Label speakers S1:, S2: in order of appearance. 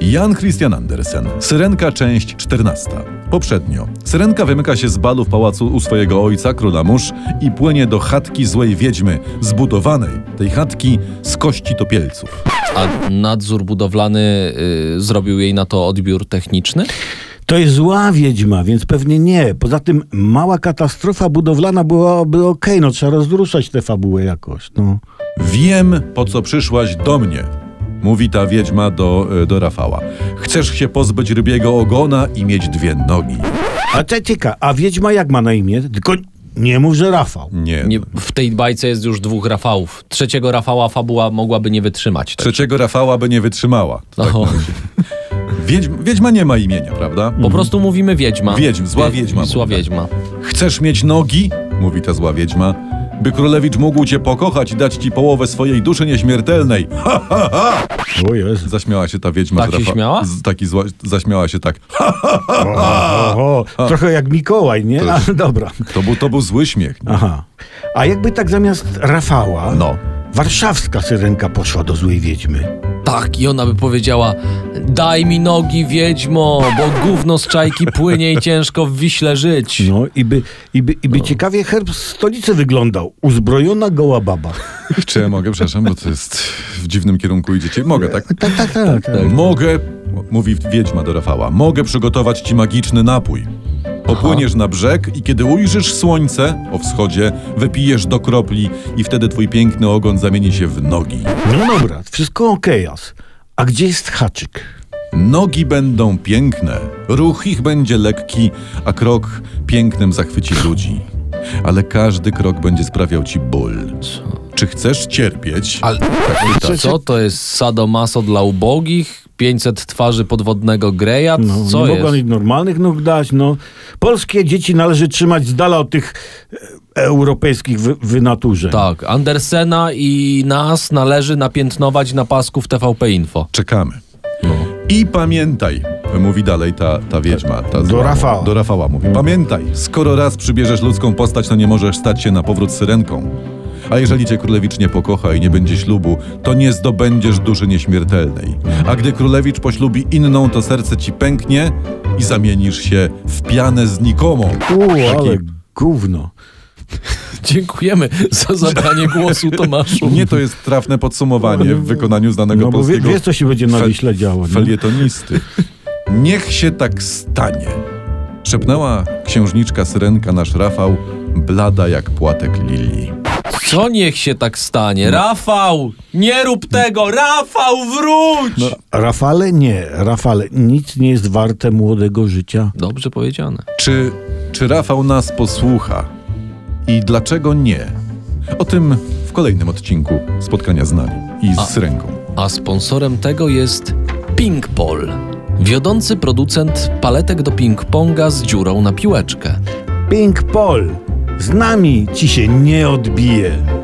S1: Jan Christian Andersen. Syrenka, część 14. Poprzednio. Syrenka wymyka się z balu w pałacu u swojego ojca, króla mórz, i płynie do chatki złej wiedźmy, zbudowanej, tej chatki z kości topielców.
S2: A nadzór budowlany y, zrobił jej na to odbiór techniczny?
S3: To jest zła wiedźma, więc pewnie nie. Poza tym mała katastrofa budowlana byłaby okej, no trzeba rozruszać tę fabułę jakoś. No.
S1: Wiem, po co przyszłaś do mnie. Mówi ta wiedźma do, e, do Rafała. Chcesz się pozbyć rybiego ogona i mieć dwie nogi.
S3: A te cieka, a wiedźma jak ma na imię? Tylko nie mów, że Rafał.
S1: Nie.
S2: Nie, w tej bajce jest już dwóch Rafałów. Trzeciego Rafała fabuła mogłaby nie wytrzymać. Tak?
S1: Trzeciego Rafała by nie wytrzymała. To tak
S2: No,
S1: Wiedźm, wiedźma nie ma imienia, prawda?
S2: po prostu mówimy wiedźma.
S1: Wiedźm, zła
S2: Wie-
S1: wiedźma
S2: Zła
S1: mówi, tak.
S2: wiedźma.
S1: Chcesz mieć nogi? Mówi ta zła wiedźma. By królewicz mógł cię pokochać i dać ci połowę swojej duszy nieśmiertelnej. Ha!
S3: O Jezu.
S1: Zaśmiała się ta wiedźma.
S2: Tak
S1: z Rafa-
S2: się śmiała?
S1: Z, taki zła, zaśmiała się tak. Ha!
S3: Oho, trochę jak Mikołaj, nie? Ale dobra.
S1: To, był, to był zły śmiech.
S3: Aha. A jakby tak zamiast Rafała,
S1: No.
S3: warszawska syrenka poszła do złej wiedźmy.
S2: Tak, i ona by powiedziała: Daj mi nogi, wiedźmo, bo gówno z czajki płynie i ciężko w wiśle żyć.
S3: No i by, i by, i by ciekawie herb stolicy wyglądał. Uzbrojona goła baba.
S1: Czy ja mogę? Przepraszam, bo to jest w dziwnym kierunku idziecie. Mogę, tak?
S3: Tak, tak, tak. tak.
S1: Mogę, mówi wiedźma do Rafała, mogę przygotować ci magiczny napój. Popłyniesz na brzeg i kiedy ujrzysz słońce o wschodzie, wypijesz do kropli i wtedy twój piękny ogon zamieni się w nogi.
S3: No dobra, wszystko okej. as. A gdzie jest haczyk?
S1: Nogi będą piękne, ruch ich będzie lekki, a krok pięknym zachwyci ludzi. Ale każdy krok będzie sprawiał ci ból. Czy chcesz cierpieć?
S2: Ale tak, to, co to jest sadomaso dla ubogich? 500 twarzy podwodnego greja?
S3: No,
S2: Co
S3: nie
S2: jest?
S3: mogą ich normalnych nóg dać. No. Polskie dzieci należy trzymać z dala od tych e, europejskich wy, wynaturzeń.
S2: Tak, Andersena i nas należy napiętnować na pasku w TVP Info.
S1: Czekamy. I pamiętaj, mówi dalej ta, ta wiedźma. Ta zła-
S3: Rafała.
S1: Do Rafała mówi. Pamiętaj, skoro raz przybierzesz ludzką postać, to nie możesz stać się na powrót syrenką. A jeżeli cię królewicz nie pokocha i nie będzie ślubu, to nie zdobędziesz duszy nieśmiertelnej. A gdy królewicz poślubi inną, to serce ci pęknie i zamienisz się w pianę znikomą.
S3: U, ale gówno.
S2: Dziękujemy za zabranie głosu, Tomaszu.
S1: Nie to jest trafne podsumowanie w wykonaniu znanego
S3: No bo wie,
S1: polskiego
S3: wiesz, co się będzie na
S1: fel-
S3: Wiśle działo. nie?
S1: felietonisty. Niech się tak stanie. Szepnęła księżniczka syrenka nasz Rafał, blada jak płatek lilii.
S2: Co niech się tak stanie? Rafał, nie rób tego! Rafał, wróć!
S3: No. Rafale nie, Rafale, nic nie jest warte młodego życia.
S2: Dobrze powiedziane.
S1: Czy, czy Rafał nas posłucha? I dlaczego nie? O tym w kolejnym odcinku spotkania z nami i z syrenką.
S2: A sponsorem tego jest Pingpol, wiodący producent paletek do ping-ponga z dziurą na piłeczkę.
S3: Pink Pol, z nami ci się nie odbije.